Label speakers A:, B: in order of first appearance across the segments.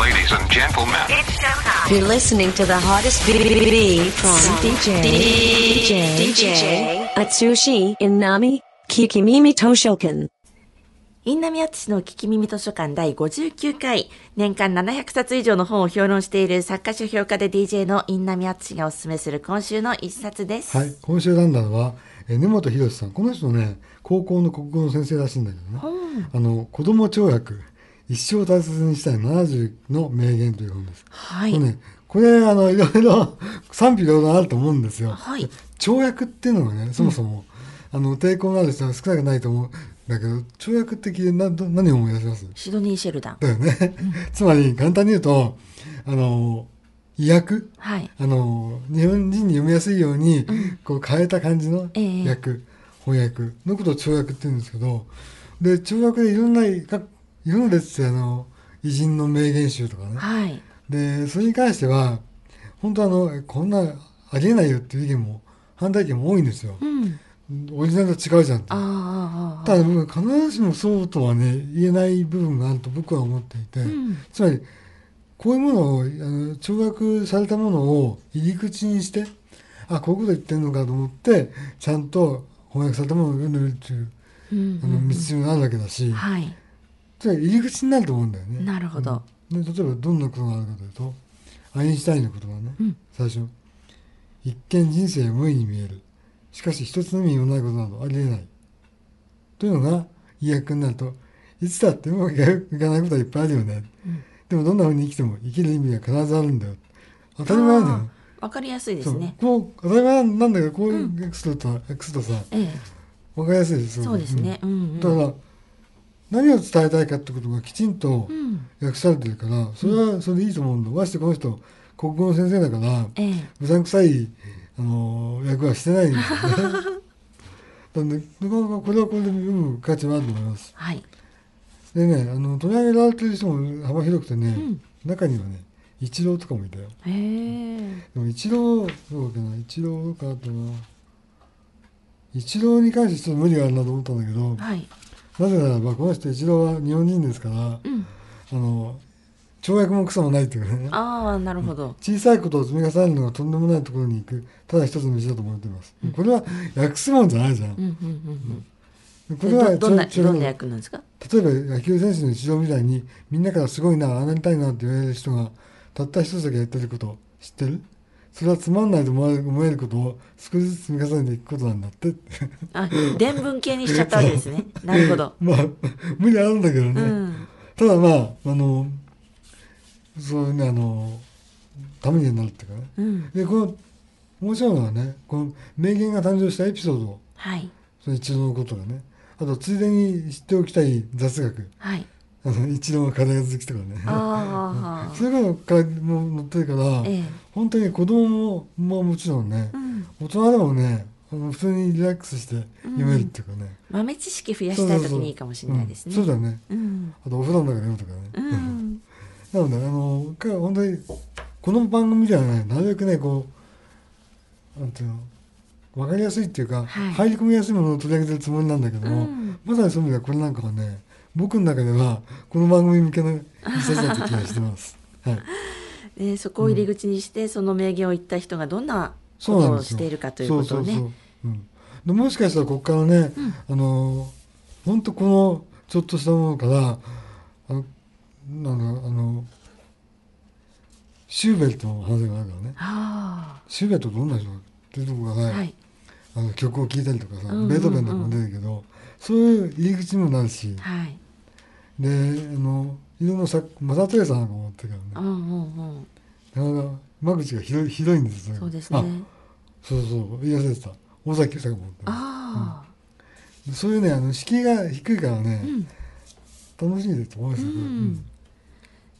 A: Ladies and gentlemen,
B: You're listening to the hottest B- B- B- B from DJ DJ DJ Atsushi Inami Kikimimi Toshokan.
C: インナミアツシの聞き耳図書館第59回、年間700冊以上の本を評論している作家書評家で DJ のインナミアツシがおすすめする今週の一冊です。
D: はい、今週ランダーは、えー根本博さんこの人ね高校の国語の先生らしいんだけどね、あの子供跳躍一生大切にしたい70の名言という本です、
C: は
D: もう
C: い。
D: ねこれあのいろいろ賛否両論あると思うんですよ、
C: はい
D: 跳躍っていうのがねそもそも、あの抵抗のある人は少なくないと思うんだけど跳躍って聞いてなど何を思い出します
C: シドニー・シェルダン。
D: だよね つまり簡単に言うとあの医薬
C: はい。
D: あの日本人に読みやすいように、こう変えた感じの
C: ええ
D: 訳、翻訳のことを跳躍って言うんですけどで跳躍でいろんな各いろんな列ってあの偉人の名言集とかね
C: はい。
D: でそれに関しては本当あのこんなありえないよっていう意見も反対意見も多いんですよ、
C: うん。
D: オリジナルと違うじゃんって
C: ああ、あああ
D: ただ僕必ずしもそうとはね言えない部分があると僕は思っていて、
C: ん
D: つまりこういうものをあの跳躍されたものを入り口にしてあこういうこと言ってるのかと思ってちゃんと翻訳されたものを読んでみるっていう
C: あ。うん
D: あの道順があるわけだし、
C: はい。
D: つまり入り口になると思うんだよね。
C: なるほど。
D: で例えばどんなことがあるかというとアインシュタインの言葉ね、
C: うん
D: 最初一見人生は無意に見えるしかし一つの意味もないことなどありえないというのが意訳になるといつだってうまくいかないことはいっぱいあるよね、でもどんなふうに生きても生きる意味は必ずあるんだよ当たり前なんだよ
C: ああわかりやすいです
D: そう
C: ね。
D: こう当たり前なんだけどこういう訳すると,、訳すとさ
C: ええ。
D: 分かりやすいですよ
C: そうですね。うん
D: う
C: うんん。
D: だから何を伝えたいかってことがきちんと、
C: うん。
D: 訳されてるからそれはそれでいいと思うんだ、ましてこの人国語の先生だから
C: ええ。
D: うさんくさい、あのー役はしてないんだよ ねなんでなかなかこれはこれで読む価値はあると思います
C: はい。
D: でねあの取り上げられてる人も幅広くてね、
C: ん
D: 中にはね一郎とかもいたよ
C: へえ。
D: でも一郎どうかな一郎かあとな一郎に関してちょっと無理があるなと思ったんだけど
C: はい。
D: なぜならばこの人一郎は日本人ですから、
C: うん。
D: あの跳躍もクソもないっていうかね
C: ああ、なるほど。
D: 小さいことを積み重ねるのがとんでもないところに行くただ一つの道だと思っています、これは訳すもんじゃないじゃん、
C: うんうんうんう
D: こ
C: ん。
D: れは
C: どどんな、
D: ちょち
C: ど
D: ょ
C: んな役なんですか
D: 例えば野球選手の一郎みたいにみんなからすごいなああなりたいなって言われる人がたった一つだけやってること知ってるそれはつまんないと思われ思えることを少しずつ積み重ねていくことなんだって
C: あ、伝文系にしちゃったわけですね。なるほど。
D: まあ無理あるんだけどね、
C: うん。
D: ただまああのそういうねあのためになるっていうかね
C: うん。
D: でこの面白いのはねこの名言が誕生したエピソード
C: はい。
D: その一度のことがねあとついでに知っておきたい雑学
C: はい。
D: あの一度の課題が続きとかね
C: ああ。
D: そういうことからも載ってるから、
C: ええ
D: 本当に子供も、まあ、もちろんね、
C: うん
D: 大人でもねあの普通にリラックスして読めるっていうかね、
C: 豆知識増や
D: そう
C: した
D: そ
C: いう
D: そう
C: 時にいいかもしれないですね。
D: うんそうだね
C: うん。
D: あとお風呂の中で読むとかね、
C: うん。
D: なので、あの、か本当に、この番組ではね、なるべくね、こう、なんていうの、わかりやすいっていうか、
C: はい
D: 入り込みやすいものを取り上げてるつもりなんだけど
C: う
D: も、
C: ん
D: まさにそういう意味では、これなんかはね、僕の中では、この番組向けの一冊だった気がして ます。はい。
C: で、そこを入り口にして、その名言を言った人がどんなこ
D: そ
C: と
D: うなん
C: を
D: ですよ。
C: しているかということを
D: そうそう
C: ね。
D: そううんでもしかしたらここからね、あの本当このちょっとしたものからあのなんだあのシューベルトの話があるからね
C: あ
D: シューベルトどんな人かっていうところ
C: あ。
D: がね、
C: はい。
D: あの曲を聴いたりとかさ、
C: うんうんうん
D: ベートーベンとかも出てるけどそういう入り口にもなるし
C: はい。
D: であのいろんな作マザー・テレサなんかも持ってるか
C: う
D: ら
C: ん
D: ね
C: うんうん。
D: なかなか間口が広い広いんですよ
C: そうです
D: あ
C: ね。
D: そうそう言い忘れてた尾崎豊も持ってる
C: あ
D: そういうね、あの敷居が低いからね、楽しいですと思いま
C: あ。
D: す
C: う
D: よ、
C: ん。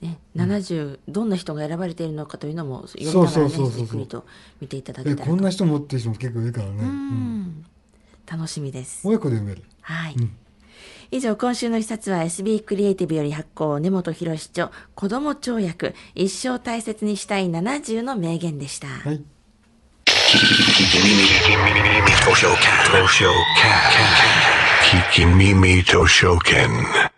C: ね、70どんな人が選ばれているのかというのも読みな
D: そう
C: がら
D: そう
C: ね
D: そうそう
C: ゆっくりと見ていただ
D: え、
C: けたら
D: こんな人持ってる人も結構いるからね。う
C: うんん楽しみです。
D: 親子で読める。
C: はい。
D: うん
C: 以上、今週の一冊は SB クリエイティブより発行、根本博士著、子供跳躍、一生大切にしたい70の名言でした。
D: はい。
A: Kikimimi Toshoken. Toshoken. Kikimimi Toshoken.